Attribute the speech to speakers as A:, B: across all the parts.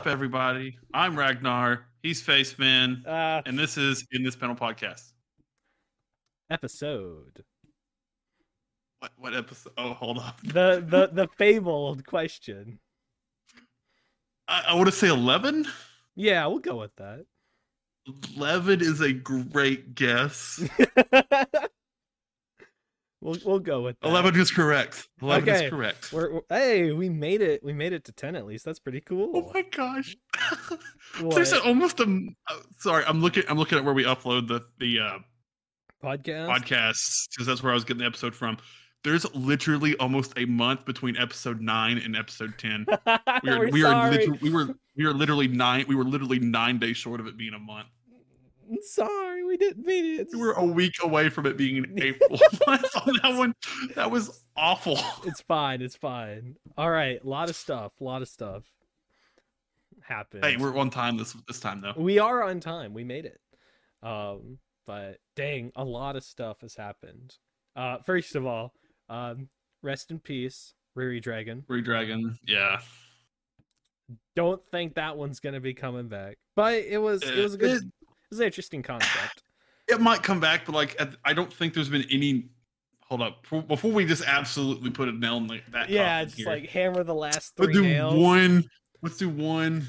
A: up, everybody? I'm Ragnar. He's Faceman,
B: Uh,
A: and this is in this panel podcast.
B: episode.
A: What, what episode? Oh, hold on.
B: The the the fabled question.
A: I, I want to say eleven.
B: Yeah, we'll go with that.
A: Eleven is a great guess.
B: we'll we'll go with that.
A: Eleven is correct. Eleven
B: Okay.
A: is correct.
B: We're, we're- hey, we made it. We made it to ten at least. That's pretty
A: Oh
B: cool.
A: my gosh!
B: What?
A: There's a, almost a. m- uh, Sorry, I'm looking. I'm looking at where we upload the the uh,
B: podcast.
A: podcasts because that's where I was getting the episode from. There's literally almost a month between episode nine and episode ten. We are,
B: We're
A: we, are
B: sorry.
A: literally, we were we were literally nine. We were literally nine days short of it being a month.
B: I'm sorry, we didn't mean it.
A: We were a week away from it being in April. So that one, that was awful.
B: It's fine. It's fine. All right, a lot of stuff. A lot of stuff happened.
A: Hey, we're on time this this time though.
B: we are on time. We made it. Um, but dang, a lot of stuff has happened. Uh, first of all, um, rest in peace, Riri Dragon.
A: Free Dragon, yeah.
B: Don't think that one's gonna be coming back, but it was it was a good, it,
A: It,
B: was an interesting concept.
A: it might come back, but like at- I don't think there's been any. Hold up, before- before we just absolutely put a nail in the, that.
B: yeah,
A: coffin
B: just
A: here,
B: like hammer the last
A: let's
B: 3
A: do
B: nails.
A: one. Let's do one.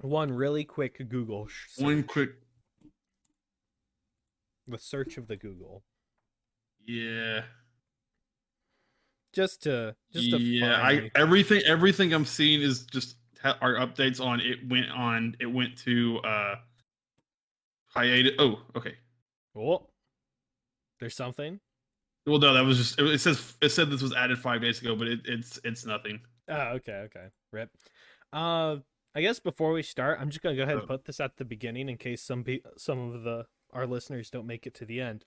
B: One really quick Google sh- search,
A: One quick.
B: the search of the Google,
A: Yeah.
B: just to just to
A: yeah, I
B: finally-
A: everything everything I'm seeing is just ha- our updates on it went on it went to uh hiatus. Oh, okay.
B: Oh, there's something.
A: Well, no, that was just it, it says it said this was added five days ago, but it, it's it's nothing.
B: Oh, okay, okay. Rip. Uh, I guess before we start, I'm just gonna go ahead and
A: Oh.
B: put this at the beginning in case some pe- some of the our listeners don't make it to the end.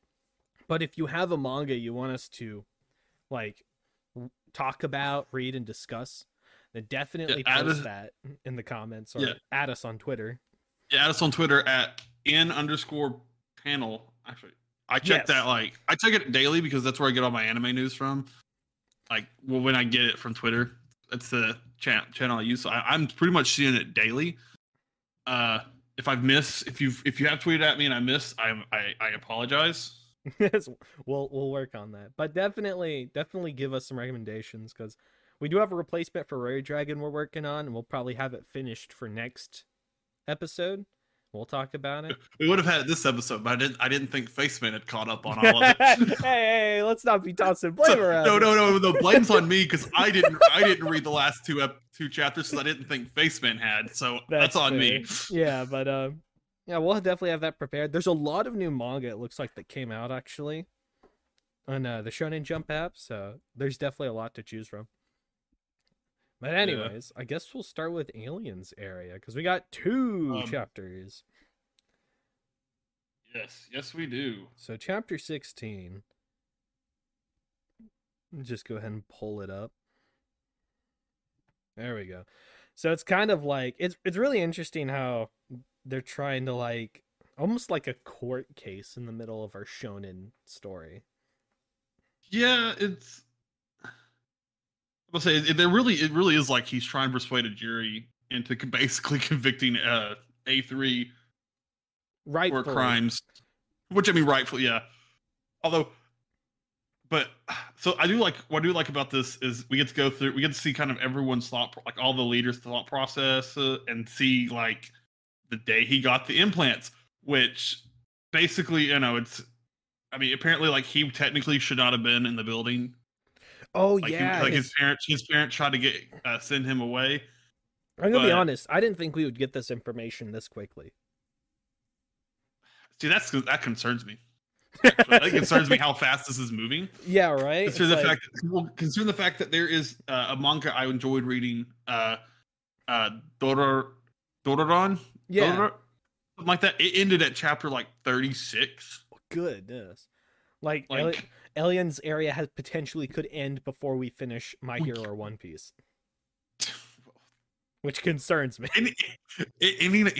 B: But if you have a manga you want us to, like, r- talk about, read, and discuss, then definitely
A: add
B: post
A: us-
B: that in the comments or
A: Yeah.
B: at us on Twitter.
A: Yeah, add us on Twitter at n underscore panel. Actually, I check
B: Yes.
A: that like I check it daily because that's where I get all my anime news from. Like, well, when I get it from Twitter, that's the cha- channel I use. So I, I'm pretty much seeing it daily. Uh, if I've missed, if you've if you have tweeted at me and I miss, I'm, I I apologize.
B: Yes, we'll we'll work on that. But definitely, definitely give us some recommendations because we do have a replacement for Rare Dragon we're working on, and we'll probably have it finished for next episode. We'll talk about it.
A: We would have had it this episode, but I didn't I didn't think Faceman had caught up on
B: hey,
A: all of it.
B: hey, let's not be tossing blame
A: So-
B: around.
A: no, no, no. The blame's on me because I didn't. I didn't read the last two ep- two chapters because I didn't think Faceman had. So that's, on me.
B: fair. Yeah, but um, yeah, we'll definitely have that prepared. There's a lot of new manga. It looks like that came out actually on uh, the Shonen Jump app, so there's definitely a lot to choose from. But anyways, I guess we'll start with aliens area because we got two
A: Um,
B: chapters.
A: Yes, yes, we do.
B: So chapter sixteen. Just go ahead and pull it up. There we go. So it's kind of like it's it's really interesting how they're trying to like almost like a court case in the middle of our shonen story.
A: Yeah, it's. I'll say it, it really. It really is like he's trying to persuade a jury into c- basically convicting uh, a three
B: Right
A: for crimes, which I mean rightfully, yeah. Although, but so I do like what I do like about this is we get to go through, we get to see kind of everyone's thought, pro- like all the leaders' thought process, uh, and see like the day he got the implants, which basically, you know, it's. I mean, apparently, like he technically should not have been in the building.
B: Oh
A: Like, he-
B: yeah.
A: like
B: it
A: his
B: is.
A: parents, his parents tried to get uh, send him away.
B: I'm gonna be
A: but-
B: honest, I didn't think we would get this information this quickly.
A: See, that's that concerns me. Actually, that concerns me how fast this is moving.
B: Yeah, right? It's
A: considering the
B: like-
A: fact well, considering the fact that there is uh, a manga I enjoyed reading, uh, uh, Doror, Dororon,
B: yeah.
A: Dororo- something like that. It ended at chapter like thirty six.
B: goodness. Like, ali-
A: Like,
B: aliens area has potentially could end before we finish My
A: We-
B: Hero or One Piece, which concerns me.
A: any, it, ending